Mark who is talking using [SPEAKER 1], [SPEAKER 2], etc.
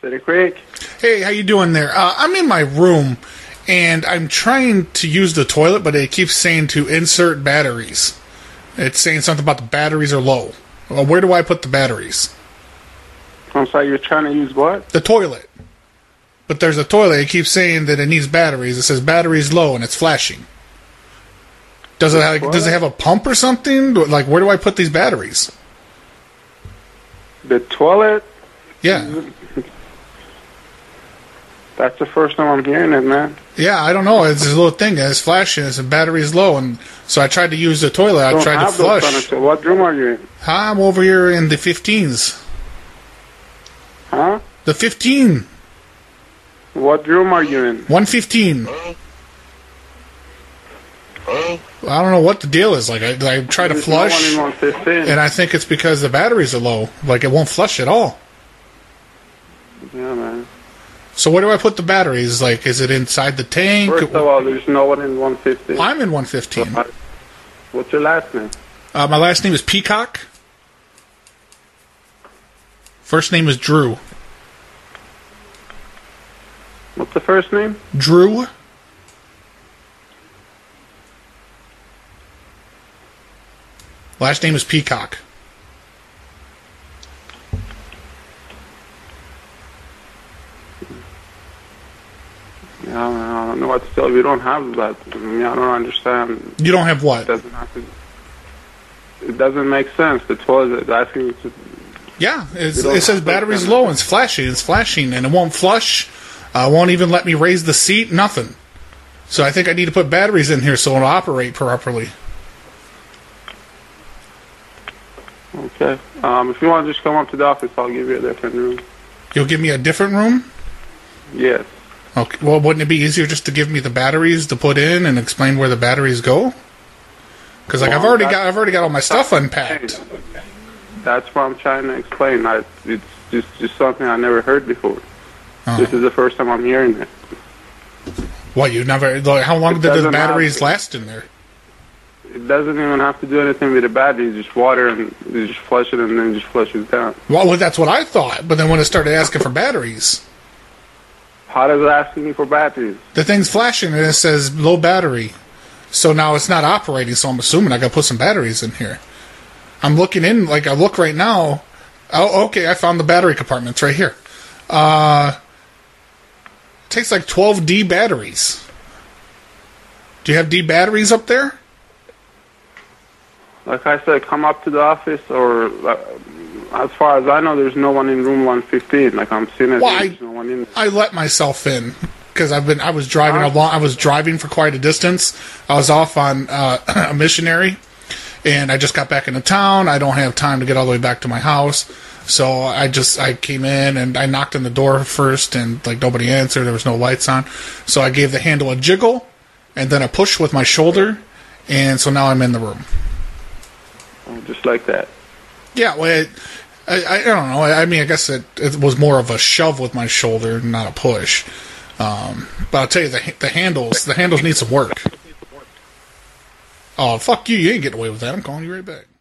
[SPEAKER 1] City Creek.
[SPEAKER 2] Hey, how you doing there? Uh, I'm in my room, and I'm trying to use the toilet, but it keeps saying to insert batteries. It's saying something about the batteries are low. Well, where do I put the batteries?
[SPEAKER 1] I'm sorry, you're trying to use what?
[SPEAKER 2] The toilet. But there's a toilet. It keeps saying that it needs batteries. It says batteries low, and it's flashing. Does it have, does it have a pump or something? Do- Like, where do I put these batteries?
[SPEAKER 1] The toilet.
[SPEAKER 2] Yeah,
[SPEAKER 1] That's the first time I'm hearing it, man.
[SPEAKER 2] yeah. I don't know. It's this little thing. It's flashing. It's a batteries low, and so I tried to use the toilet. I
[SPEAKER 1] Don't
[SPEAKER 2] tried to
[SPEAKER 1] have those kind of
[SPEAKER 2] flush.
[SPEAKER 1] to- What room are you in?
[SPEAKER 2] I'm over here in the 15s.
[SPEAKER 1] Huh?
[SPEAKER 2] The 15,
[SPEAKER 1] What room are you in?
[SPEAKER 2] 115. I don't know what the deal is. Like I, I try to
[SPEAKER 1] There's
[SPEAKER 2] flush,
[SPEAKER 1] No one in 115.
[SPEAKER 2] and I think it's because the batteries are low. Like it won't flush at all.
[SPEAKER 1] yeah, man.
[SPEAKER 2] So where do I put the batteries? Like, is it inside the tank?
[SPEAKER 1] First of all, there's no one in 115.
[SPEAKER 2] I'm in 115.
[SPEAKER 1] What's your last name?
[SPEAKER 2] Uh, my last name is Peacock. First name is Drew.
[SPEAKER 1] What's the first name?
[SPEAKER 2] Drew. Last name is Peacock.
[SPEAKER 1] Yeah, man, I don't know what to tell you. We don't have that. I, mean, I don't understand.
[SPEAKER 2] You don't have
[SPEAKER 1] It
[SPEAKER 2] what?
[SPEAKER 1] doesn't have to. It doesn't make sense. The toilet asking you to.
[SPEAKER 2] Yeah, it's,
[SPEAKER 1] You don't
[SPEAKER 2] it says
[SPEAKER 1] have
[SPEAKER 2] battery's
[SPEAKER 1] that.
[SPEAKER 2] low and it's flashing. It's flashing and it won't flush. Uh, it won't even let me raise the seat. Nothing. So I think I need to put batteries in here so it'll operate properly.
[SPEAKER 1] Okay. Um, if you want to just come up to the office, I'll give you a different room.
[SPEAKER 2] You'll give me a different room.
[SPEAKER 1] Yes.
[SPEAKER 2] Okay. Well, wouldn't it be easier just to give me the batteries to put in and explain where the batteries go? Because like I've
[SPEAKER 1] Well,
[SPEAKER 2] already
[SPEAKER 1] that-
[SPEAKER 2] got I've already got all my stuff unpacked.
[SPEAKER 1] That's what I'm trying to explain. I, it's just just something I never heard before.
[SPEAKER 2] Uh,
[SPEAKER 1] This is the first time I'm hearing it.
[SPEAKER 2] what you never? Like, how
[SPEAKER 1] It
[SPEAKER 2] long did the
[SPEAKER 1] doesn't
[SPEAKER 2] batteries
[SPEAKER 1] have-
[SPEAKER 2] last in there?
[SPEAKER 1] It doesn't even have to do anything with the batteries. Just water and you just flush it and then just flushes down.
[SPEAKER 2] Well, well, that's what I thought. But then when it started asking for batteries,
[SPEAKER 1] How does it asking you for batteries?
[SPEAKER 2] the thing's flashing and it says low battery. So now it's not operating. So I'm assuming I got to put some batteries in here. I'm looking in like I look right now. Oh, okay. I found the battery compartment. It's right here. Uh, it takes like 12 D batteries. Do you have D batteries up there?
[SPEAKER 1] Like I said, come up to the office or. Uh, as far as I know, there's no one in room 115. Like I'm seeing it,
[SPEAKER 2] Well, I-
[SPEAKER 1] there's no one in.
[SPEAKER 2] I let myself in because I've been I was driving
[SPEAKER 1] Huh?
[SPEAKER 2] a long I was driving for quite a distance. I was off on uh, a missionary, and I just got back into town. I don't have time to get all the way back to my house, so I just I came in and I knocked on the door first, and like nobody answered. There was no lights on, so I gave the handle a jiggle, and then a push with my shoulder, and so now I'm in the room.
[SPEAKER 1] Just like that.
[SPEAKER 2] Yeah, well, it, I, I don't know. I, I mean, I guess it, it was more of a shove with my shoulder, not a push. Um, but I'll tell you, the, the handles, the handles need some work. Oh, fuck you! You ain't getting away with that. I'm calling you right back.